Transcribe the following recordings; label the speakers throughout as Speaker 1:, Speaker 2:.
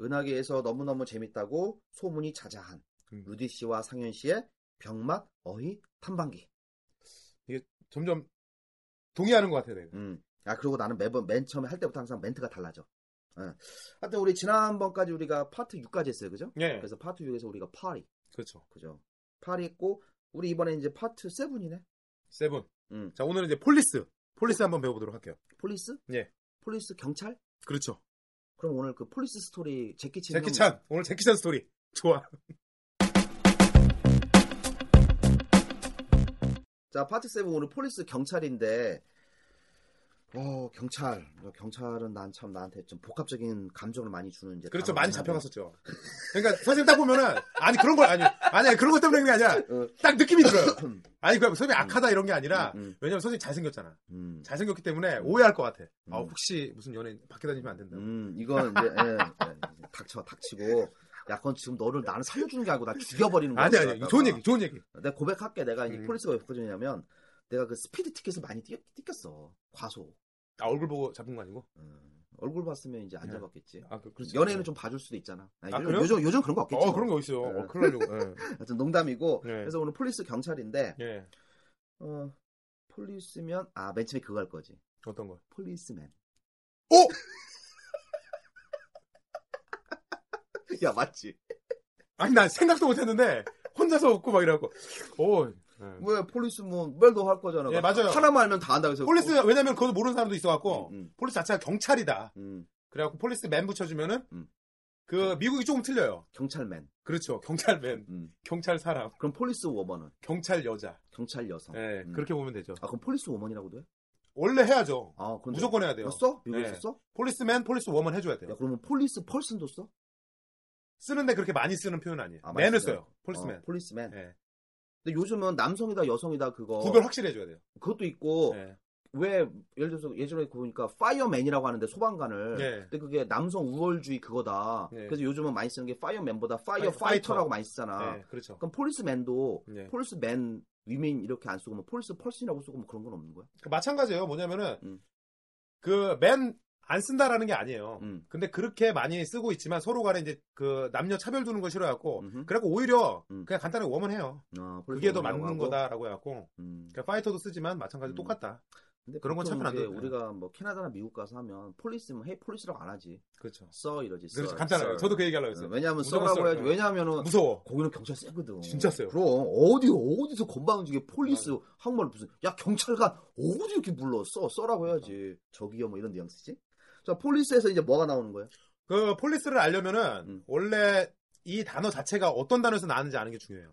Speaker 1: 은하계에서 너무너무 재밌다고 소문이 자자한 루디 씨와 상현 씨의 병맛 어휘 탐방기.
Speaker 2: 점점 동의하는 것 같아 내가.
Speaker 1: 음. 아 그리고 나는 매번 맨 처음에 할 때부터 항상 멘트가 달라져. 예. 하여튼 우리 지난번까지 우리가 파트 6까지 했어요, 그죠?
Speaker 2: 예.
Speaker 1: 그래서 파트 6에서 우리가 파리,
Speaker 2: 그렇죠.
Speaker 1: 그죠? 파리 했고 우리 이번에 이제 파트 7이네.
Speaker 2: 세븐.
Speaker 1: 음.
Speaker 2: 자 오늘은 이제 폴리스. 폴리스 한번 배워보도록 할게요.
Speaker 1: 폴리스?
Speaker 2: 예.
Speaker 1: 폴리스 경찰?
Speaker 2: 그렇죠.
Speaker 1: 그럼 오늘 그 폴리스 스토리 제키친
Speaker 2: 제키찬 오늘 제키찬 스토리 좋아.
Speaker 1: 자, 파트 7 오늘 폴리스 경찰인데, 어, 경찰. 경찰은 난 참 나한테 좀 복합적인 감정을 많이 주는 이제.
Speaker 2: 그렇죠
Speaker 1: 단어긴
Speaker 2: 많이
Speaker 1: 한데.
Speaker 2: 잡혀갔었죠. 그러니까 선생님 딱 보면은 아니 그런 걸 아니 아니 그런 것 때문에 그런 게 아니라
Speaker 1: 어.
Speaker 2: 딱 느낌이 들어요. 아니 그 선생님 악하다 이런 게 아니라
Speaker 1: 음, 음,
Speaker 2: 왜냐면 선생님 잘생겼잖아.
Speaker 1: 음.
Speaker 2: 잘생겼기 때문에 오해할 것 같아. 아
Speaker 1: 음.
Speaker 2: 혹시 무슨 연예인 밖에 다니면 안 된다.
Speaker 1: 음, 이건 이제, 예, 예, 닥쳐, 닥치고. 야, 그건 지금 너를 나는 살려주는 게 아니고 나 죽여버리는 거야.
Speaker 2: 아니 아니 이거 좋은 얘기 좋은 얘기.
Speaker 1: 내가 고백할게. 내가 이제
Speaker 2: 음.
Speaker 1: 폴리스가 왜 걱정이냐면, 내가 그 스피드 티켓을 많이 띄, 띄꼈어. 과소.
Speaker 2: 아 얼굴 보고 잡은 거 아니고?
Speaker 1: 음, 얼굴 봤으면 이제 안
Speaker 2: 예.
Speaker 1: 잡았겠지.
Speaker 2: 아 그, 그렇죠.
Speaker 1: 연예인은 좀 봐줄 수도 있잖아. 아,
Speaker 2: 아,
Speaker 1: 요즘-
Speaker 2: 그래요?
Speaker 1: 요즘, 요즘 그런 거 없겠지.
Speaker 2: 어 그런 거 있어요.
Speaker 1: 예.
Speaker 2: 어, 큰일 나려고.
Speaker 1: 하여튼 농담이고.
Speaker 2: 예.
Speaker 1: 그래서 오늘 폴리스 경찰인데,
Speaker 2: 예.
Speaker 1: 어, 폴리스면 아, 맨 처음에 그거 할 거지.
Speaker 2: 어떤 거?
Speaker 1: 폴리스맨.
Speaker 2: 오!
Speaker 1: 야, 맞지?
Speaker 2: 아니 나 생각도 못했는데 혼자서 웃고 막 이러고 오 예.
Speaker 1: 왜 폴리스 뭐 말도 할 거잖아.
Speaker 2: 예, 맞아요.
Speaker 1: 하나만 알면 다 안다 그래서.
Speaker 2: 폴리스 왜냐면 그것도 모르는 사람도 있어갖고
Speaker 1: 음, 음,
Speaker 2: 폴리스 자체가 경찰이다
Speaker 1: 음.
Speaker 2: 그래갖고 폴리스 맨 붙여주면은
Speaker 1: 음.
Speaker 2: 그 미국이 조금 틀려요
Speaker 1: 경찰맨.
Speaker 2: 그렇죠 경찰맨
Speaker 1: 음.
Speaker 2: 경찰 사람
Speaker 1: 그럼 폴리스 워먼은
Speaker 2: 경찰 여자
Speaker 1: 경찰 여성.
Speaker 2: 예
Speaker 1: 음.
Speaker 2: 그렇게 보면 되죠
Speaker 1: 아 그럼 폴리스 워먼이라고도 해?
Speaker 2: 원래 해야죠
Speaker 1: 아 그럼
Speaker 2: 무조건 해야 돼요 네.
Speaker 1: 써? 미국에서
Speaker 2: 예.
Speaker 1: 써?
Speaker 2: 폴리스맨 폴리스 워먼 해줘야 돼요
Speaker 1: 야 그러면 폴리스 펄슨도 써?
Speaker 2: 쓰는데 그렇게 많이 쓰는 표현 아니에요
Speaker 1: 아, 많이
Speaker 2: 맨을
Speaker 1: 쓰죠.
Speaker 2: 써요 폴리스맨
Speaker 1: 어, 폴리스맨.
Speaker 2: 예.
Speaker 1: 근데 요즘은 남성이다 여성이다 그거
Speaker 2: 구별 확실히 해줘야 돼요
Speaker 1: 그것도 있고
Speaker 2: 예.
Speaker 1: 왜 예를 들어서 예전에 보니까 파이어맨이라고 하는데 소방관을
Speaker 2: 예.
Speaker 1: 근데 그게 남성 우월주의 그거다.
Speaker 2: 예.
Speaker 1: 그래서 요즘은 많이 쓰는 게 파이어맨보다 파이어
Speaker 2: 파이- 파이터.
Speaker 1: 파이터라고 많이 쓰잖아.
Speaker 2: 예, 그렇죠
Speaker 1: 그럼 폴리스맨도
Speaker 2: 예.
Speaker 1: 폴리스맨 위민 이렇게 안 쓰고 뭐 폴리스 펄슨이라고 쓰고 뭐 그런 건 없는 거야?
Speaker 2: 그 마찬가지예요. 뭐냐면은
Speaker 1: 음.
Speaker 2: 그 맨 안 쓴다라는 게 아니에요.
Speaker 1: 음.
Speaker 2: 근데 그렇게 많이 쓰고 있지만 서로 간에 이제 그 남녀 차별 두는 걸 싫어갖고
Speaker 1: 음흠.
Speaker 2: 그래갖고 오히려
Speaker 1: 음.
Speaker 2: 그냥 간단하게 워먼해요.
Speaker 1: 아, 폴리스
Speaker 2: 그게 더
Speaker 1: 워먼이라고
Speaker 2: 맞는
Speaker 1: 하고.
Speaker 2: 거다라고 해갖고
Speaker 1: 음.
Speaker 2: 그러니까 파이터도 쓰지만
Speaker 1: 음.
Speaker 2: 마찬가지 로 똑같다.
Speaker 1: 근데
Speaker 2: 그런 건
Speaker 1: 보통
Speaker 2: 차별 안
Speaker 1: 이제
Speaker 2: 되잖아요.
Speaker 1: 우리가 뭐 캐나다나 미국 가서 하면 폴리스면 헤이 폴리스라고 안 하지.
Speaker 2: 그렇죠.
Speaker 1: 써 이러지.
Speaker 2: 그렇죠.
Speaker 1: sir,
Speaker 2: 간단해요.
Speaker 1: sir.
Speaker 2: 저도 그
Speaker 1: 어,
Speaker 2: 얘기하려고 했어요.
Speaker 1: 왜냐하면
Speaker 2: 무조건
Speaker 1: 써라고
Speaker 2: sir.
Speaker 1: 해야지. 왜냐하면은
Speaker 2: 무서워.
Speaker 1: 거기는 경찰 세거든.
Speaker 2: 진짜 세요.
Speaker 1: 그럼 어디 어디서 건방 지게 폴리스 한국말 무슨 야 경찰관 어디 이렇게 불러 써 써라고 해야지. 저기요 뭐 이런 뉘앙스지. 자 폴리스에서 이제 뭐가 나오는 거야?
Speaker 2: 그 폴리스를 알려면은
Speaker 1: 음.
Speaker 2: 원래 이 단어 자체가 어떤 단어에서 나왔는지 아는 게 중요해요.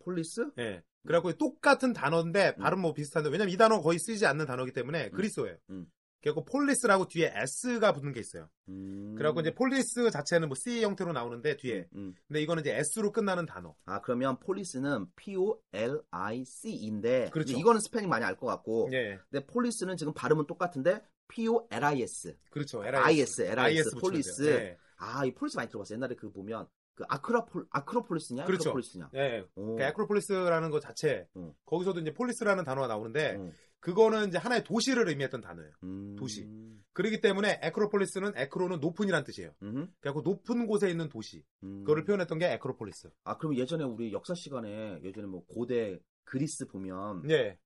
Speaker 1: 폴리스?
Speaker 2: 예. 그래갖고 똑같은 단어인데
Speaker 1: 음.
Speaker 2: 발음 뭐 비슷한데 왜냐면 이 단어 거의 쓰지 않는 단어이기 때문에 그리스어예요.
Speaker 1: 음.
Speaker 2: 그래갖고 폴리스라고 뒤에 s가 붙는 게 있어요.
Speaker 1: 음.
Speaker 2: 그래갖고 이제 폴리스 자체는 뭐 c 형태로 나오는데 뒤에
Speaker 1: 음.
Speaker 2: 근데 이거는 이제 s로 끝나는 단어.
Speaker 1: 아 그러면 폴리스는 P O L I C인데
Speaker 2: 그렇죠.
Speaker 1: 이거는 스페닝 많이 알 것 같고
Speaker 2: 예.
Speaker 1: 근데 폴리스는 지금 발음은 똑같은데 P O L I S
Speaker 2: 그렇죠.
Speaker 1: IS, LIS,
Speaker 2: 붙이면
Speaker 1: 폴리스.
Speaker 2: 돼요. 예.
Speaker 1: 아, 이 폴리스 많이 들어봤어. 옛날에 그 보면 그 아크라폴 아크로폴리스냐?
Speaker 2: 그렇죠.
Speaker 1: 아크로폴리스냐?
Speaker 2: 예.
Speaker 1: 오.
Speaker 2: 그러니까 에크로폴리스라는 것 자체
Speaker 1: 음.
Speaker 2: 거기서도 이제 폴리스라는 어. 단어가 나오는데
Speaker 1: 음.
Speaker 2: 그거는 이제 하나의 도시를 의미했던 단어예요.
Speaker 1: 음.
Speaker 2: 도시. 그렇기 때문에 에크로폴리스는 에크로는 높은이란 뜻이에요.
Speaker 1: 음.
Speaker 2: 그래갖고 높은 곳에 있는 도시
Speaker 1: 음.
Speaker 2: 그거를 표현했던 게 에크로폴리스.
Speaker 1: 아, 그럼 예전에 우리 역사 시간에 예전에 뭐 고대 그리스 보면
Speaker 2: 예.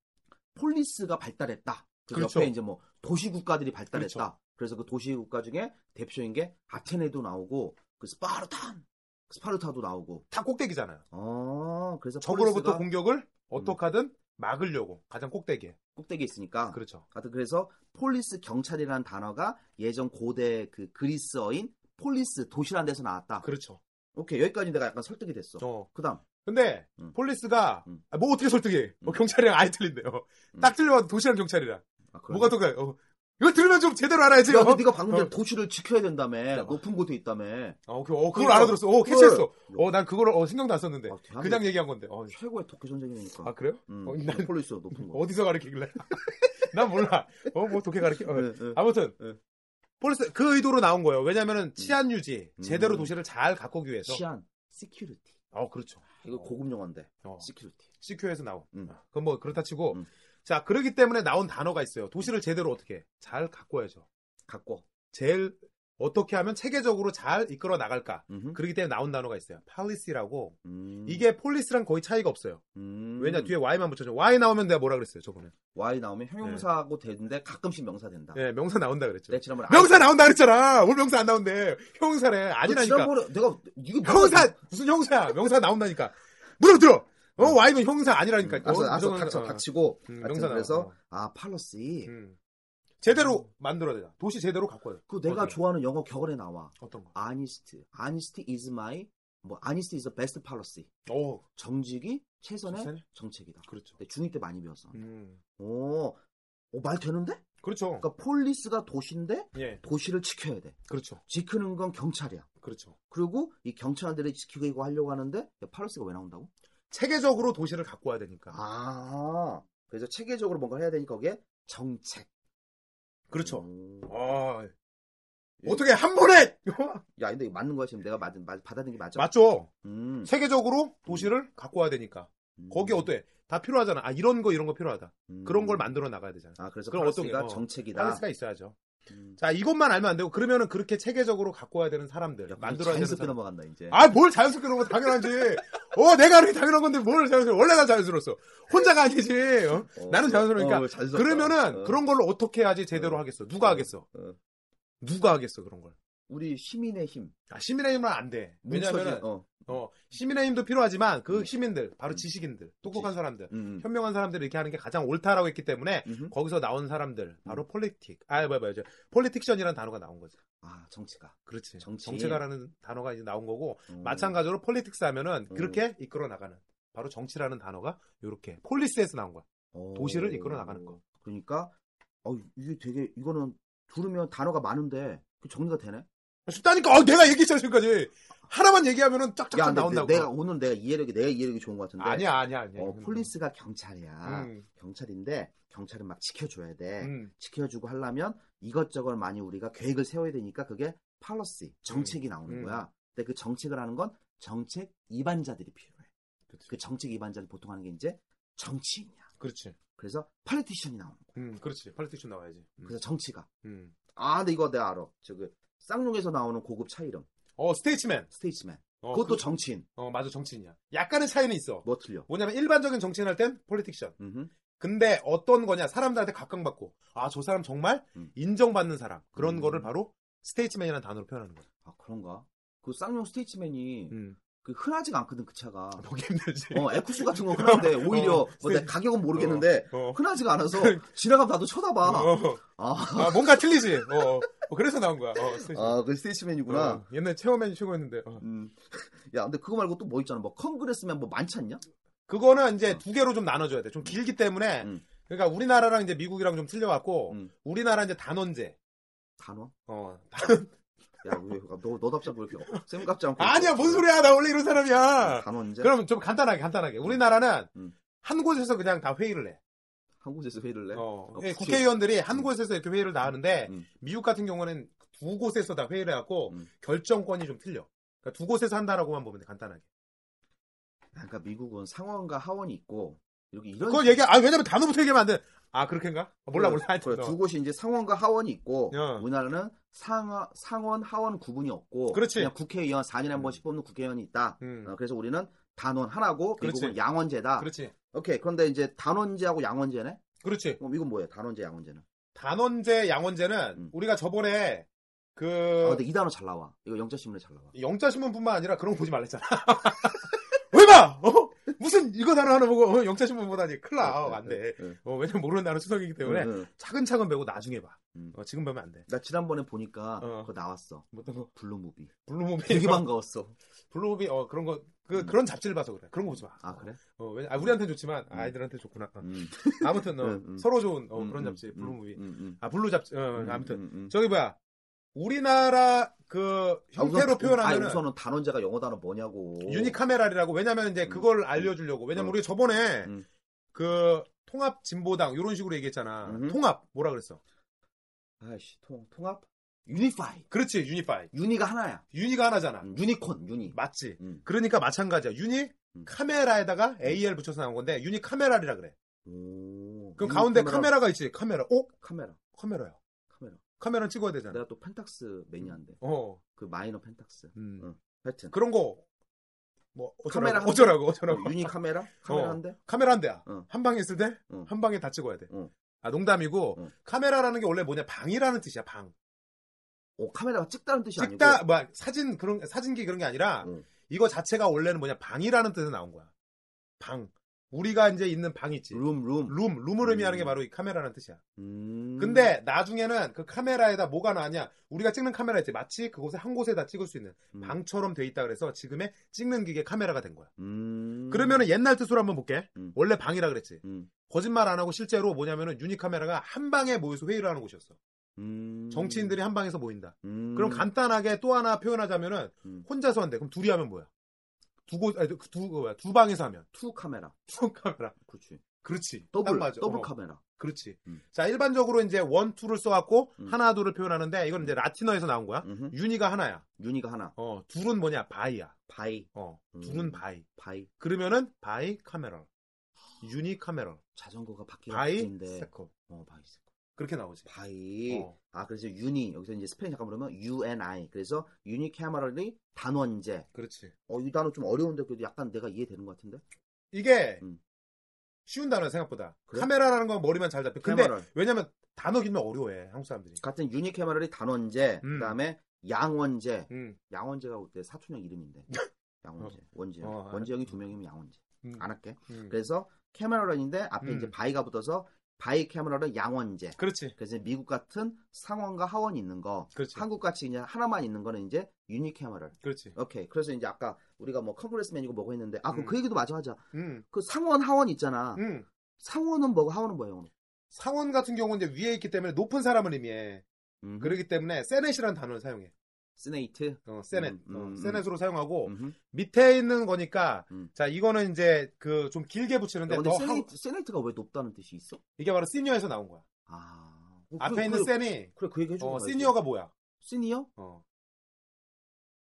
Speaker 1: 폴리스가 발달했다. 그
Speaker 2: 그렇죠.
Speaker 1: 옆에 이제 뭐 도시 국가들이 발달했다.
Speaker 2: 그렇죠.
Speaker 1: 그래서그 도시 국가 중에 대표인 게 아테네도 나오고 그 스파르탄 스파르타도 나오고.
Speaker 2: 다 꼭대기잖아요.
Speaker 1: 아, 아, 그래서 폴리스가
Speaker 2: 적으로부터 공격을 어떻게든 막으려고 가장 꼭대기에.
Speaker 1: 꼭대기에 있으니까.
Speaker 2: 그렇죠.
Speaker 1: 하여튼 그래서 폴리스 경찰이라는 단어가 예전 고대 그 그리스어인 폴리스 도시라는 데서 나왔다.
Speaker 2: 그렇죠.
Speaker 1: 오케이 여기까지 내가 약간 설득이 됐어.
Speaker 2: 어.
Speaker 1: 그다음
Speaker 2: 근데
Speaker 1: 음.
Speaker 2: 폴리스가
Speaker 1: 음.
Speaker 2: 아, 뭐 어떻게 설득해? 뭐 경찰이랑 아예 틀린데요.
Speaker 1: 음.
Speaker 2: 딱 들려봐도 도시랑 경찰이랑
Speaker 1: 아, 그러네.
Speaker 2: 뭐가 더가요? 어. 이거 들으면 좀 제대로 알아야지.
Speaker 1: 야,
Speaker 2: 어,
Speaker 1: 근데 네가 방금 전에
Speaker 2: 어. 네.
Speaker 1: 도시를 지켜야 된다며. 높은 곳에 있다며.
Speaker 2: 어, 그, 어, 그걸
Speaker 1: 그러니까.
Speaker 2: 알아들었어. 어, 캐치했어.
Speaker 1: 그걸. 뭐
Speaker 2: 어, 난 그걸 어, 신경도 안 썼는데
Speaker 1: 아, 대한민국
Speaker 2: 그냥 얘기한 건데. 어,
Speaker 1: 최고의 도쿄 전쟁이니까.
Speaker 2: 아 그래요?
Speaker 1: 음,
Speaker 2: 어, 난
Speaker 1: 폴리스 높은 곳.
Speaker 2: 어디서 가르치길래? 난 몰라. 어, 뭐 독해 가르치. 어.
Speaker 1: 네, 네.
Speaker 2: 아무튼
Speaker 1: 네.
Speaker 2: 폴리스 그 의도로 나온 거예요. 왜냐면은 치안 유지,
Speaker 1: 음.
Speaker 2: 제대로 도시를 잘 가꾸기 위해서.
Speaker 1: 치안, 시큐리티.
Speaker 2: 어, 그렇죠.
Speaker 1: 이거 고급 용어인데.
Speaker 2: 어.
Speaker 1: 시큐리티.
Speaker 2: CQ에서 나온.
Speaker 1: 음.
Speaker 2: 그건 뭐 그렇다 치고.
Speaker 1: 음.
Speaker 2: 자, 그러기 때문에 나온 단어가 있어요. 도시를 제대로 어떻게 해? 잘 가꿔야죠.
Speaker 1: 갖고.
Speaker 2: 제일 어떻게 하면 체계적으로 잘 이끌어 나갈까?
Speaker 1: 음흠.
Speaker 2: 그러기 때문에 나온 단어가 있어요. policy라고.
Speaker 1: 음.
Speaker 2: 이게 폴리스랑 거의 차이가 없어요.
Speaker 1: 음.
Speaker 2: 왜냐 뒤에 y만 붙여줘. y 나오면 내가 뭐라 그랬어요, 저번에.
Speaker 1: Y 나오면 형용사고 되는데 가끔씩 명사 된다.
Speaker 2: 예, 명사 나온다 그랬죠.
Speaker 1: 내가 지난번에
Speaker 2: 명사 나온다 그랬잖아. 오늘 명사 안 나온대. 형사래.
Speaker 1: 너
Speaker 2: 아니라니까.
Speaker 1: 그 지난번에 내가 이게
Speaker 2: 형사 무슨 형사야? 명사 나온다니까. 물어들어. 어, y면 형사 아니라니까.
Speaker 1: 음. 알았어,
Speaker 2: 어,
Speaker 1: 알았어,
Speaker 2: 무조건-
Speaker 1: 닥쳐,
Speaker 2: 어.
Speaker 1: 닥치고.
Speaker 2: 음,
Speaker 1: 하여튼
Speaker 2: 명사 나와.
Speaker 1: 그래서 음.
Speaker 2: 어.
Speaker 1: 아 팔러시.
Speaker 2: 음. 제대로 만들어야 되나? 도시 제대로 갖고 와요.
Speaker 1: 그 내가
Speaker 2: 어떤 거?
Speaker 1: 좋아하는 영어 격언에 나와.
Speaker 2: 어떤 거?
Speaker 1: 아니스트, 아니스트 is my 뭐 아니스트 is the best policy.
Speaker 2: 오,
Speaker 1: 정직이 최선의
Speaker 2: 최선의?
Speaker 1: 정책이다.
Speaker 2: 어, 그렇죠.
Speaker 1: 근데 네, 중2 때 많이 배웠어.
Speaker 2: 음.
Speaker 1: 오, 오, 말 되는데?
Speaker 2: 그렇죠.
Speaker 1: 그러니까 폴리스가 도시인데
Speaker 2: 예,
Speaker 1: 도시를 지켜야 돼.
Speaker 2: 그렇죠.
Speaker 1: 지키는 건 경찰이야.
Speaker 2: 그렇죠.
Speaker 1: 그리고 이 경찰들이 지키고 이거 하려고 하는데 야, 팔러스가 왜 나온다고?
Speaker 2: 체계적으로 도시를 갖고 와야 되니까.
Speaker 1: 아, 그래서 체계적으로 뭔가 해야 되니까 거기에 정책. 음.
Speaker 2: 그렇죠.
Speaker 1: 오.
Speaker 2: 아, 어떻게 한 번에
Speaker 1: 야, 근데 이거 맞는 거야 지금 내가 맞은 맞- 받아들인 게 맞아?
Speaker 2: 맞죠?
Speaker 1: 음.
Speaker 2: 체계적으로 도시를 갖고 와야 되니까. 거기 어때? 다 필요하잖아. 아, 이런 거 이런 거 필요하다.
Speaker 1: 음.
Speaker 2: 그런 걸 만들어 나가야 되잖아.
Speaker 1: 아, 그래서
Speaker 2: 그럼 어떤 게-
Speaker 1: 팔러스가
Speaker 2: 어,
Speaker 1: 정책이다.
Speaker 2: 밸런스가 있어야죠.
Speaker 1: 음.
Speaker 2: 자, 이것만 알면 안 되고 그러면은 그렇게 체계적으로 갖고 와야 되는 사람들,
Speaker 1: 야,
Speaker 2: 만들어야 되는
Speaker 1: 자연스럽게
Speaker 2: 사람.
Speaker 1: 넘어간다 이제.
Speaker 2: 아, 뭘 자연스럽게 넘어 당연하지. 어, 내가 그렇게 당연한 건데 뭘 자연스러워? 원래 난 자연스러웠어. 혼자가 아니지. 어?
Speaker 1: 어,
Speaker 2: 나는 자연스러우니까.
Speaker 1: 어, 자연스럽다.
Speaker 2: 그러면은
Speaker 1: 어.
Speaker 2: 그런 걸로 어떻게 해야지 제대로
Speaker 1: 어.
Speaker 2: 하겠어? 누가 하겠어?
Speaker 1: 어.
Speaker 2: 누가 하겠어 그런 걸?
Speaker 1: 우리 시민의 힘.
Speaker 2: 아, 시민의 힘은 안 돼. 왜냐면은
Speaker 1: 뭉쳐진- 어.
Speaker 2: 어, 시민의 힘도 필요하지만 그
Speaker 1: 음.
Speaker 2: 시민들, 바로
Speaker 1: 음.
Speaker 2: 지식인들, 똑똑한 사람들,
Speaker 1: 음.
Speaker 2: 현명한 사람들이 이렇게 하는 게 가장 옳다라고 했기 때문에
Speaker 1: 음.
Speaker 2: 거기서 나온 사람들 바로 폴리틱 아 뭐야 뭐야 폴리틱션이라는 단어가 나온 거죠
Speaker 1: 아 정치가.
Speaker 2: 그렇지
Speaker 1: 정치.
Speaker 2: 정치가라는 단어가 이제 나온 거고
Speaker 1: 음.
Speaker 2: 마찬가지로 폴리틱스 하면은
Speaker 1: 음.
Speaker 2: 그렇게 이끌어 나가는 바로 정치라는 단어가 요렇게 폴리스에서 나온 거야
Speaker 1: 어.
Speaker 2: 도시를 이끌어 나가는 거.
Speaker 1: 그러니까 어, 이게 되게 이거는 들으면 단어가 많은데 그 정리가 되네.
Speaker 2: 쉽다니까 어, 내가 얘기했잖아 지금까지 하나만 얘기하면은
Speaker 1: 야,
Speaker 2: 쫙쫙
Speaker 1: 근데
Speaker 2: 나온다고
Speaker 1: 내, 가 오늘 내가 이해력이 내가 이해력이 좋은 것 같은데.
Speaker 2: 아니야 아니야 아니야
Speaker 1: 어,
Speaker 2: 이건. 뭐.
Speaker 1: 폴리스가 경찰이야.
Speaker 2: 음,
Speaker 1: 경찰인데 경찰은 막 지켜줘야 돼.
Speaker 2: 음.
Speaker 1: 지켜주고 하려면 이것저것 많이 우리가 계획을 세워야 되니까 그게 팔러시 정책이 나오는
Speaker 2: 음.
Speaker 1: 거야. 근데 그 정책을 하는 건 정책 이반자들이 필요해.
Speaker 2: 그치.
Speaker 1: 그 정책 이반자를 보통 하는 게 이제 정치인이야.
Speaker 2: 음, 그렇지
Speaker 1: 그래서 팔리티션이 나오는 거야.
Speaker 2: 음 그렇지 폴리틱션 나와야지 음.
Speaker 1: 그래서 정치가.
Speaker 2: 음.
Speaker 1: 아, 근데 이거 내가 알아. 저그 쌍용에서 나오는 고급 차 이름
Speaker 2: 어 스테이츠맨
Speaker 1: 스테이츠맨.
Speaker 2: 어,
Speaker 1: 그것도
Speaker 2: 그-
Speaker 1: 정치인.
Speaker 2: 어 맞아 정치인이야 약간의 차이는 있어
Speaker 1: 뭐 틀려?
Speaker 2: 뭐냐면 일반적인 정치인 할 땐 폴리틱션
Speaker 1: 음흠.
Speaker 2: 근데 어떤 거냐 사람들한테 각광받고 아 저 사람 정말
Speaker 1: 음.
Speaker 2: 인정받는 사람 그런
Speaker 1: 음.
Speaker 2: 거를 바로 스테이츠맨이라는 단어로 표현하는 거야
Speaker 1: 아 그런가? 그 쌍용 스테이츠맨이
Speaker 2: 음.
Speaker 1: 그 흔하지가 않거든 그 차가.
Speaker 2: 보기 아, 힘들지
Speaker 1: 어, 에쿠스 같은 건 흔한데 오히려
Speaker 2: 어,
Speaker 1: 뭐 내
Speaker 2: 스테이츠-
Speaker 1: 가격은 모르겠는데
Speaker 2: 어, 어.
Speaker 1: 흔하지가 않아서 지나가면 나도 쳐다봐.
Speaker 2: 어.
Speaker 1: 아,
Speaker 2: 아, 뭔가 틀리지. 어, 어. 어, 그래서 나온 거야. 어, 스테이션.
Speaker 1: 아, 그 스테이츠맨이구나.
Speaker 2: 어, 옛날 체험맨이 최고였는데. 어.
Speaker 1: 음. 야, 근데 그거 말고 또 뭐 있잖아. 뭐 컨그레스맨 뭐 많지 않냐?
Speaker 2: 그거는 이제 두 개로 좀 나눠줘야 돼. 좀 길기 때문에.
Speaker 1: 음.
Speaker 2: 그러니까 우리나라랑 이제 미국이랑 좀 틀려갖고
Speaker 1: 음. 아,
Speaker 2: 우리나라 이제 단원제.
Speaker 1: 단어?
Speaker 2: 어.
Speaker 1: 야, 왜, 너, 너답지 않고 이렇게 어, 쌤같지 않고.
Speaker 2: 아니야, 뭔
Speaker 1: 이렇게. 어,
Speaker 2: 소리야? 나 원래 이런 사람이야.
Speaker 1: 단원제?
Speaker 2: 그럼 좀 간단하게, 간단하게. 우리나라는
Speaker 1: 예. 음.
Speaker 2: 한 곳에서 그냥 다 회의를 해.
Speaker 1: 한국에서 회의를 내?
Speaker 2: 어,
Speaker 1: 어,
Speaker 2: 예,
Speaker 1: 국회.
Speaker 2: 국회의원들이 한
Speaker 1: 음.
Speaker 2: 곳에서 이렇게 회의를 다 하는데
Speaker 1: 음.
Speaker 2: 미국 같은 경우는 두 곳에서 다 회의를 해갖고
Speaker 1: 음.
Speaker 2: 결정권이 좀 틀려. 그러니까 두 곳에서 한다라고만 보면 돼, 간단하게.
Speaker 1: 그러니까 미국은 상원과 하원이 있고, 이렇게 이런.
Speaker 2: 그거 얘기, 아, 왜냐면 단어부터 얘기하면 안 돼. 아, 그렇게인가? 아, 몰라, 몰라. 하여튼
Speaker 1: 그래,
Speaker 2: 너.
Speaker 1: 두 곳이 이제 상원과 하원이 있고,
Speaker 2: 어.
Speaker 1: 우리나라는 상하, 상원, 하원 구분이 없고,
Speaker 2: 그렇지.
Speaker 1: 냥 국회의원, 4년에 한
Speaker 2: 음.
Speaker 1: 번씩 뽑는 국회의원이 있다.
Speaker 2: 음.
Speaker 1: 어, 그래서 우리는 단원 하나고, 미국은
Speaker 2: 그렇지.
Speaker 1: 양원제다.
Speaker 2: 그렇지.
Speaker 1: 오케이. 그런데 이제 단원제하고 양원제네?
Speaker 2: 그렇지.
Speaker 1: 그럼 이건 뭐예요? 단원제, 양원제는?
Speaker 2: 단원제, 양원제는
Speaker 1: 음.
Speaker 2: 우리가 저번에
Speaker 1: 아,
Speaker 2: 그
Speaker 1: 근데 이 단어 잘 나와. 이거 영자신문에 잘 나와.
Speaker 2: 영자신문뿐만 아니라 그런 거 보지 말랬잖아. 왜 봐! 어? 무슨 이거 단어 하나 보고 어, 영차 신문보다니 큰일 나. 어, 안 돼.
Speaker 1: 네.
Speaker 2: 어, 왜냐면 모르는 단어 수석이기 때문에
Speaker 1: 네.
Speaker 2: 차근차근 배우고 나중에 봐.
Speaker 1: 음.
Speaker 2: 어, 지금 배우면 안 돼.
Speaker 1: 나 지난번에 보니까
Speaker 2: 어.
Speaker 1: 그거 나왔어.
Speaker 2: 어떤 거?
Speaker 1: 블루무비.
Speaker 2: 블루무비.
Speaker 1: 되게 반가웠어.
Speaker 2: 블루무비 어 그런 거. 그,
Speaker 1: 음.
Speaker 2: 그런 잡지를 봐서 그래. 그런 거 보지 마.
Speaker 1: 아 그래?
Speaker 2: 어, 왜냐, 아, 우리한테 좋지만,
Speaker 1: 음.
Speaker 2: 아이들한테 좋구나. 어.
Speaker 1: 음.
Speaker 2: 아무튼, 어,
Speaker 1: 음, 음.
Speaker 2: 서로 좋은, 어,
Speaker 1: 음,
Speaker 2: 그런
Speaker 1: 음,
Speaker 2: 잡지,
Speaker 1: 음,
Speaker 2: 블루무비.
Speaker 1: 음, 음.
Speaker 2: 아, 블루 잡지, 어,
Speaker 1: 음,
Speaker 2: 아무튼.
Speaker 1: 음, 음.
Speaker 2: 저기 뭐야. 우리나라 그
Speaker 1: 아, 우선-
Speaker 2: 형태로
Speaker 1: 아니,
Speaker 2: 표현하면은
Speaker 1: 우선은 단원자가 영어 단어 뭐냐고.
Speaker 2: 유니카메랄이라고 왜냐면 이제
Speaker 1: 음.
Speaker 2: 그걸 알려주려고
Speaker 1: 음.
Speaker 2: 왜냐면 우리 저번에
Speaker 1: 음.
Speaker 2: 그 통합 진보당 이런 식으로 얘기했잖아
Speaker 1: 음.
Speaker 2: 통합 뭐라 그랬어
Speaker 1: 아이씨 통 통합. 유니파이.
Speaker 2: 그렇지 유니파이
Speaker 1: 유니가 하나야.
Speaker 2: 유니가 하나잖아
Speaker 1: 음, 유니콘 유니.
Speaker 2: 맞지
Speaker 1: 음.
Speaker 2: 그러니까 마찬가지야 유니
Speaker 1: 음.
Speaker 2: 카메라에다가 AR 붙여서 나온 건데 유니 카메라리라 그래
Speaker 1: 오.
Speaker 2: 그럼
Speaker 1: 유니
Speaker 2: 가운데 카메라. 가 있지 카메라 어
Speaker 1: 카메라.
Speaker 2: 카메라야
Speaker 1: 카메라.
Speaker 2: 카메라 찍어야 되잖아
Speaker 1: 내가 또 펜탁스 매니아인데.
Speaker 2: 어
Speaker 1: 그 마이너 펜탁스.
Speaker 2: 음.
Speaker 1: 어. 하여튼.
Speaker 2: 그런 거 뭐
Speaker 1: 카메라
Speaker 2: 어쩌라고
Speaker 1: 한-
Speaker 2: 어쩌라고
Speaker 1: 어,
Speaker 2: 어쩌라고
Speaker 1: 유니 카메라? 카메라
Speaker 2: 어.
Speaker 1: 한 대?
Speaker 2: 카메라 한 대야.
Speaker 1: 어.
Speaker 2: 한 방에 있을 때,
Speaker 1: 어.
Speaker 2: 한 방에 다 찍어야 돼.
Speaker 1: 어.
Speaker 2: 아, 농담이고,
Speaker 1: 어.
Speaker 2: 카메라라는 게 원래 뭐냐, 방이라는 뜻이야, 방.
Speaker 1: 오, 어, 카메라가 찍다는 뜻이
Speaker 2: 찍다,
Speaker 1: 아니고. 어.
Speaker 2: 뭐, 사진, 그런, 사진기 그런 게 아니라,
Speaker 1: 응.
Speaker 2: 이거 자체가 원래는 뭐냐, 방이라는 뜻에 나온 거야. 방. 우리가 이제 있는 방 있지.
Speaker 1: 룸, 룸.
Speaker 2: 룸, 루무름이 하는 게
Speaker 1: 음.
Speaker 2: 바로 이 카메라라는 뜻이야.
Speaker 1: 음.
Speaker 2: 근데 나중에는 그 카메라에다 뭐가 나왔냐, 우리가 찍는 카메라 있지. 마치 그곳에 한 곳에다 찍을 수 있는
Speaker 1: 음.
Speaker 2: 방처럼 돼 있다 그래서 지금의 찍는 기계 카메라가 된 거야.
Speaker 1: 음.
Speaker 2: 그러면은 옛날 뜻으로 한번 볼게.
Speaker 1: 음.
Speaker 2: 원래 방이라 그랬지.
Speaker 1: 음.
Speaker 2: 거짓말 안 하고 실제로 뭐냐면은 유니카메라가 한 방에 모여서 회의를 하는 곳이었어.
Speaker 1: 음.
Speaker 2: 정치인들이 한 방에서 모인다.
Speaker 1: 음.
Speaker 2: 그럼 간단하게 또 하나 표현하자면은
Speaker 1: 음.
Speaker 2: 혼자서 한대. 그럼 둘이 하면 뭐야? 두곳 아니 두 그거 뭐야? 두 방에서 하면
Speaker 1: 투 카메라.
Speaker 2: 투 카메라.
Speaker 1: 그렇지.
Speaker 2: 그렇지.
Speaker 1: 더블
Speaker 2: 딱 맞아.
Speaker 1: 더블
Speaker 2: 어,
Speaker 1: 카메라.
Speaker 2: 그렇지.
Speaker 1: 음.
Speaker 2: 자 일반적으로 이제 원 투를 써갖고
Speaker 1: 음.
Speaker 2: 하나 둘을 표현하는데 이건 이제 라틴어에서 나온 거야.
Speaker 1: 음흠.
Speaker 2: 유니가 하나야.
Speaker 1: 유니가 하나.
Speaker 2: 어 둘은 뭐냐? 바이야.
Speaker 1: 바이.
Speaker 2: 어
Speaker 1: 음.
Speaker 2: 둘은 바이.
Speaker 1: 바이.
Speaker 2: 그러면은 바이 카메라. 유니 카메라.
Speaker 1: 아, 자전거가 바퀴가
Speaker 2: 바이
Speaker 1: 바퀴인데.
Speaker 2: 세컨.
Speaker 1: 어, 바이. 세컨.
Speaker 2: 그렇게 나오지.
Speaker 1: 바이.
Speaker 2: 어.
Speaker 1: 아, 그래서 유니. 여기서 이제 스페인 잠깐 부르면 UNI. 그래서 유니 카메라리 단원제.
Speaker 2: 그렇지.
Speaker 1: 어, 이 단어 좀 어려운데 그래도 약간 내가 이해되는 것 같은데.
Speaker 2: 이게
Speaker 1: 음.
Speaker 2: 쉬운 단어야 생각보다
Speaker 1: 그래?
Speaker 2: 카메라라는 건 머리만 잘 잡혀 근데
Speaker 1: 카메라.
Speaker 2: 왜냐면 단어 길면 어려워해 한국 사람들이
Speaker 1: 같은 유니 카메라리 단원제.
Speaker 2: 음.
Speaker 1: 그다음에 양원제.
Speaker 2: 음,
Speaker 1: 양원재가 그때 사촌형 이름인데 양원재, 원재,
Speaker 2: 어, 알-
Speaker 1: 원재 형이 두 명이면 양원재.
Speaker 2: 음,
Speaker 1: 안 할게.
Speaker 2: 음.
Speaker 1: 그래서 캐머런인데 앞에
Speaker 2: 음.
Speaker 1: 이제 바이가 붙어서 바이 캐머런은 양원재.
Speaker 2: 그렇지
Speaker 1: 그래서 이제 미국 같은 상원과 하원이 있는 거,
Speaker 2: 그렇지
Speaker 1: 한국 같이 그냥 하나만 있는 거는 이제 유니캐머럴.
Speaker 2: 그렇지
Speaker 1: 오케이. 그래서 이제 아까 우리가 뭐 컨그레스맨이고 뭐고 했는데 아, 그,
Speaker 2: 음.
Speaker 1: 그 얘기도 마저 하자.
Speaker 2: 음,
Speaker 1: 그 상원 하원 있잖아.
Speaker 2: 음.
Speaker 1: 상원은 뭐고 하원은 뭐예요? 오늘?
Speaker 2: 상원 같은 경우는 이제 위에 있기 때문에 높은 사람을 의미해
Speaker 1: 음.
Speaker 2: 그렇기 때문에 세넷이라는 단어를 사용해
Speaker 1: 시네이트.
Speaker 2: 어, 세넷
Speaker 1: 음, 음,
Speaker 2: 어,
Speaker 1: 음.
Speaker 2: 세넷으로 사용하고
Speaker 1: 음흠.
Speaker 2: 밑에 있는 거니까
Speaker 1: 음.
Speaker 2: 자 이거는 이제 그 좀
Speaker 1: 근데,
Speaker 2: 길게 붙이는데 더 하-
Speaker 1: 시네이트, 시네이트가 왜 높다는 뜻이 있어?
Speaker 2: 이게 바로 시니어에서 나온 거야
Speaker 1: 아. 어,
Speaker 2: 앞에
Speaker 1: 그래,
Speaker 2: 있는
Speaker 1: 그래,
Speaker 2: 세니
Speaker 1: 그래 그 얘기 해줘.
Speaker 2: 어, 시니어가 뭐야
Speaker 1: 시니어?
Speaker 2: 어,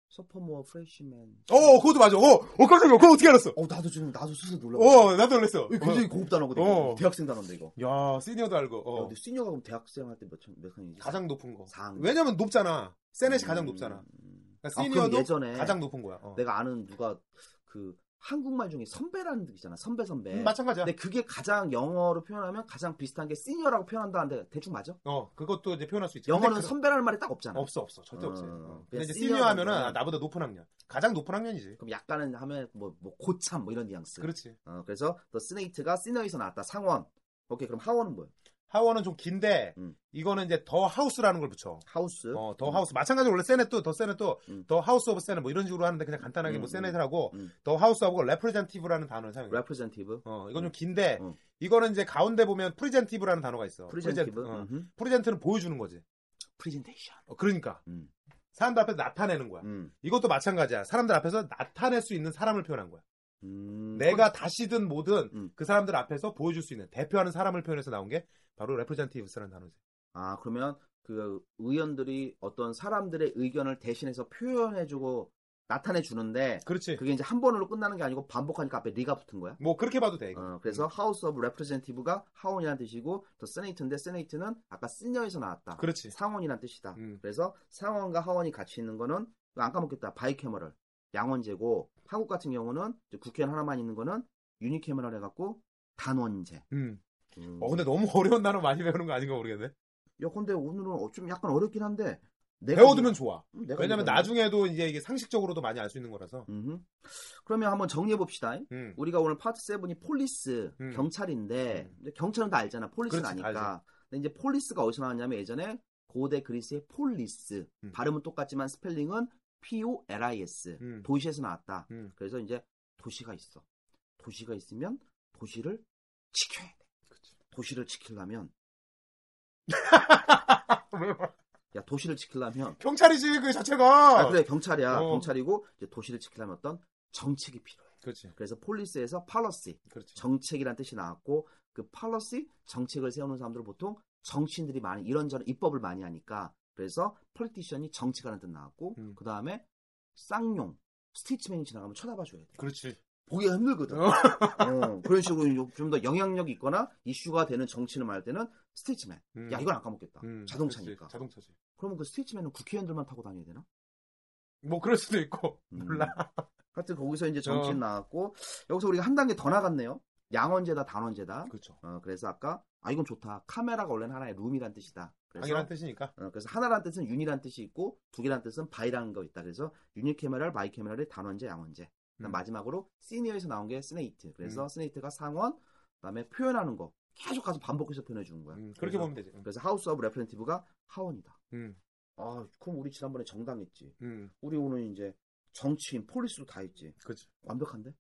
Speaker 1: 서포모어 프레시맨.
Speaker 2: 어 그것도 맞아 어, 어 깜짝이야 그거 어떻게 알았어
Speaker 1: 어 나도 지금 나도 스스로 놀라. 어.
Speaker 2: 어 나도 놀랐어
Speaker 1: 이거 굉장히 고급 단어거든.
Speaker 2: 어.
Speaker 1: 이거. 대학생 단어인데 이거.
Speaker 2: 야, 시니어도 알고.
Speaker 1: 야,
Speaker 2: 어.
Speaker 1: 근데 시니어가 그럼 대학생 할 때몇 몇 학년이지?
Speaker 2: 가장 높은 거.
Speaker 1: 4학년.
Speaker 2: 왜냐면 높잖아. 세넷이 가장 음. 높잖아. 그러니까
Speaker 1: 아, 그럼
Speaker 2: 시니어도
Speaker 1: 예전에
Speaker 2: 가장 높은 거야. 어.
Speaker 1: 내가 아는 누가 그 한국말 중에 선배라는 뜻 있잖아. 선배 선배.
Speaker 2: 음, 마찬가지야.
Speaker 1: 근데 그게 가장 영어로 표현하면 가장 비슷한 게 시니어라고 표현한다는데 대충 맞아?
Speaker 2: 어, 그것도 이제 표현할 수 있지.
Speaker 1: 영어는
Speaker 2: 근데 그-
Speaker 1: 선배라는 말이 딱 없잖아.
Speaker 2: 없어, 없어. 절대
Speaker 1: 어,
Speaker 2: 없지. 어. 근데 이제
Speaker 1: 그냥
Speaker 2: 시니어 하면은
Speaker 1: 시니어라는
Speaker 2: 아, 나보다 높은 학년. 가장 높은 학년이지.
Speaker 1: 그럼 약간은 하면 뭐, 뭐 고참 뭐 이런 뉘앙스.
Speaker 2: 그렇지.
Speaker 1: 어, 그래서 더 스네이트가 시니어에서 나왔다. 상원. 오케이 그럼 하원은 뭐야?
Speaker 2: 하원은 좀 긴데
Speaker 1: 음.
Speaker 2: 이거는 이제 더 하우스라는 걸 붙여.
Speaker 1: 하우스.
Speaker 2: 어, 더 하우스. 마찬가지로 원래 세넷도 네 더 세넷도
Speaker 1: 음.
Speaker 2: 더 하우스 오브 세넷 뭐 이런 식으로 하는데 그냥 간단하게
Speaker 1: 음,
Speaker 2: 뭐
Speaker 1: 음.
Speaker 2: 세넷이라고
Speaker 1: 음.
Speaker 2: 더 하우스하고 레프레젠티브라는 단어를 사용해.
Speaker 1: 레프레젠티브.
Speaker 2: 어, 이건 좀 긴데
Speaker 1: 음.
Speaker 2: 이거는 이제 가운데 보면 프리젠티브라는 단어가 있어.
Speaker 1: 프레젠티브.
Speaker 2: 프리젠- 어.
Speaker 1: 음흠.
Speaker 2: 프레젠트는 보여주는 거지.
Speaker 1: 프레젠테이션.
Speaker 2: 어, 그러니까
Speaker 1: 음.
Speaker 2: 사람들 앞에서 나타내는 거야.
Speaker 1: 음.
Speaker 2: 이것도 마찬가지야. 사람들 앞에서 나타낼 수 있는 사람을 표현한 거야.
Speaker 1: 음.
Speaker 2: 내가 다시든 뭐든
Speaker 1: 음.
Speaker 2: 그 사람들 앞에서 보여줄 수 있는 대표하는 사람을 표현해서 나온 게 바로 레프레젠티브스라는 단어지.
Speaker 1: 아 그러면 그 의원들이 어떤 사람들의 의견을 대신해서 표현해주고 나타내 주는데
Speaker 2: 그렇지.
Speaker 1: 그게 이제 한 번으로 끝나는 게 아니고 반복하니까 앞에 리가 붙은 거야.
Speaker 2: 뭐 그렇게 봐도 돼. 이거.
Speaker 1: 어, 그래서 하우스 오브 레프레젠티브가 하원이라는 뜻이고 더 세네이트인데 세네이트는 아까 시니어에서 나왔다.
Speaker 2: 음. 그렇지.
Speaker 1: 상원이란 뜻이다.
Speaker 2: 음.
Speaker 1: 그래서 상원과 하원이 같이 있는 거는 안 까먹겠다. 바이캐머럴 양원제고 한국 같은 경우는 이제 국회의원 하나만 있는 거는 유니캐머럴 해갖고 단원제.
Speaker 2: 음.
Speaker 1: 음.
Speaker 2: 어 근데 너무 어려운 단어 많이 배우는 거 아닌가 모르겠네.
Speaker 1: 야, 근데 오늘은 어- 좀 약간 어렵긴 한데 내가
Speaker 2: 배워두면
Speaker 1: 이거-
Speaker 2: 좋아.
Speaker 1: 음, 내가
Speaker 2: 왜냐면
Speaker 1: 이거는-
Speaker 2: 나중에도 이제 이게 상식적으로도 많이 알 수 있는 거라서.
Speaker 1: 음흠. 그러면 한번 정리해 봅시다.
Speaker 2: 음.
Speaker 1: 우리가 오늘 파트 7이 폴리스
Speaker 2: 음.
Speaker 1: 경찰인데
Speaker 2: 음.
Speaker 1: 이제 경찰은 다 알잖아 폴리스는
Speaker 2: 그렇지, 다
Speaker 1: 아니까 근데 이제 폴리스가 어디서 나왔냐면 예전에 고대 그리스의 폴리스
Speaker 2: 음.
Speaker 1: 발음은 똑같지만 스펠링은 P-O-L-I-S
Speaker 2: 음.
Speaker 1: 도시에서 나왔다
Speaker 2: 음.
Speaker 1: 그래서 이제 도시가 있어 도시가 있으면 도시를 지켜야 돼 도시를 지키려면 야 도시를 지키려면
Speaker 2: 경찰이지 그 자체가.
Speaker 1: 아, 그래 경찰이야
Speaker 2: 어.
Speaker 1: 경찰이고 이제 도시를 지키려면 어떤 정책이 필요해
Speaker 2: 그렇지.
Speaker 1: 그래서 폴리스에서 팔러시
Speaker 2: 그렇지.
Speaker 1: 정책이란 뜻이 나왔고 그 팔러시 정책을 세우는 사람들은 보통 정치인들이 많이 이런저런 입법을 많이 하니까 그래서 폴리티션이 정치가라는 뜻 나왔고
Speaker 2: 음.
Speaker 1: 그 다음에 쌍용 스티치맨이 지나가면 쳐다봐줘야 돼
Speaker 2: 그렇지.
Speaker 1: 보기가 힘들거든
Speaker 2: 어.
Speaker 1: 어, 그런 식으로 좀 더 영향력이 있거나 이슈가 되는 정치인을 말할 때는 스티치맨
Speaker 2: 음.
Speaker 1: 야 이건 안 까먹겠다
Speaker 2: 음,
Speaker 1: 자동차니까
Speaker 2: 그렇지. 자동차지.
Speaker 1: 그러면 그 스티치맨은 국회의원들만 타고 다녀야 되나?
Speaker 2: 뭐 그럴 수도 있고
Speaker 1: 음.
Speaker 2: 몰라.
Speaker 1: 하여튼 거기서 이제 정치인
Speaker 2: 어.
Speaker 1: 나왔고 여기서 우리가 한 단계 더 나갔네요 양원제다 단원제다
Speaker 2: 그렇죠.
Speaker 1: 어, 그래서 아까 아 이건 좋다. 카메라가 원래는 하나의 룸이란 뜻이다. 그래서
Speaker 2: 당연한 뜻이니까.
Speaker 1: 어, 그래서 하나란 뜻은 윤이란 뜻이 있고 두 개란 뜻은 바이라는 거 있다. 그래서 유니 캐메랄, 마이 캐메랄의 단원제, 양원제. 그다음
Speaker 2: 음.
Speaker 1: 마지막으로 시니어에서 나온 게 스네이트. 그래서
Speaker 2: 음.
Speaker 1: 스네이트가 상원, 그다음에 표현하는 거 계속 가서 반복해서 표현해 주는 거야.
Speaker 2: 음, 그렇게
Speaker 1: 그래서-
Speaker 2: 보면 되지. 음.
Speaker 1: 그래서 하우스 오브 레프렌티브가 하원이다.
Speaker 2: 음.
Speaker 1: 아 그럼 우리 지난번에 정당했지.
Speaker 2: 음.
Speaker 1: 우리 오늘 이제 정치인, 폴리스도 다 했지.
Speaker 2: 그렇지.
Speaker 1: 완벽한데?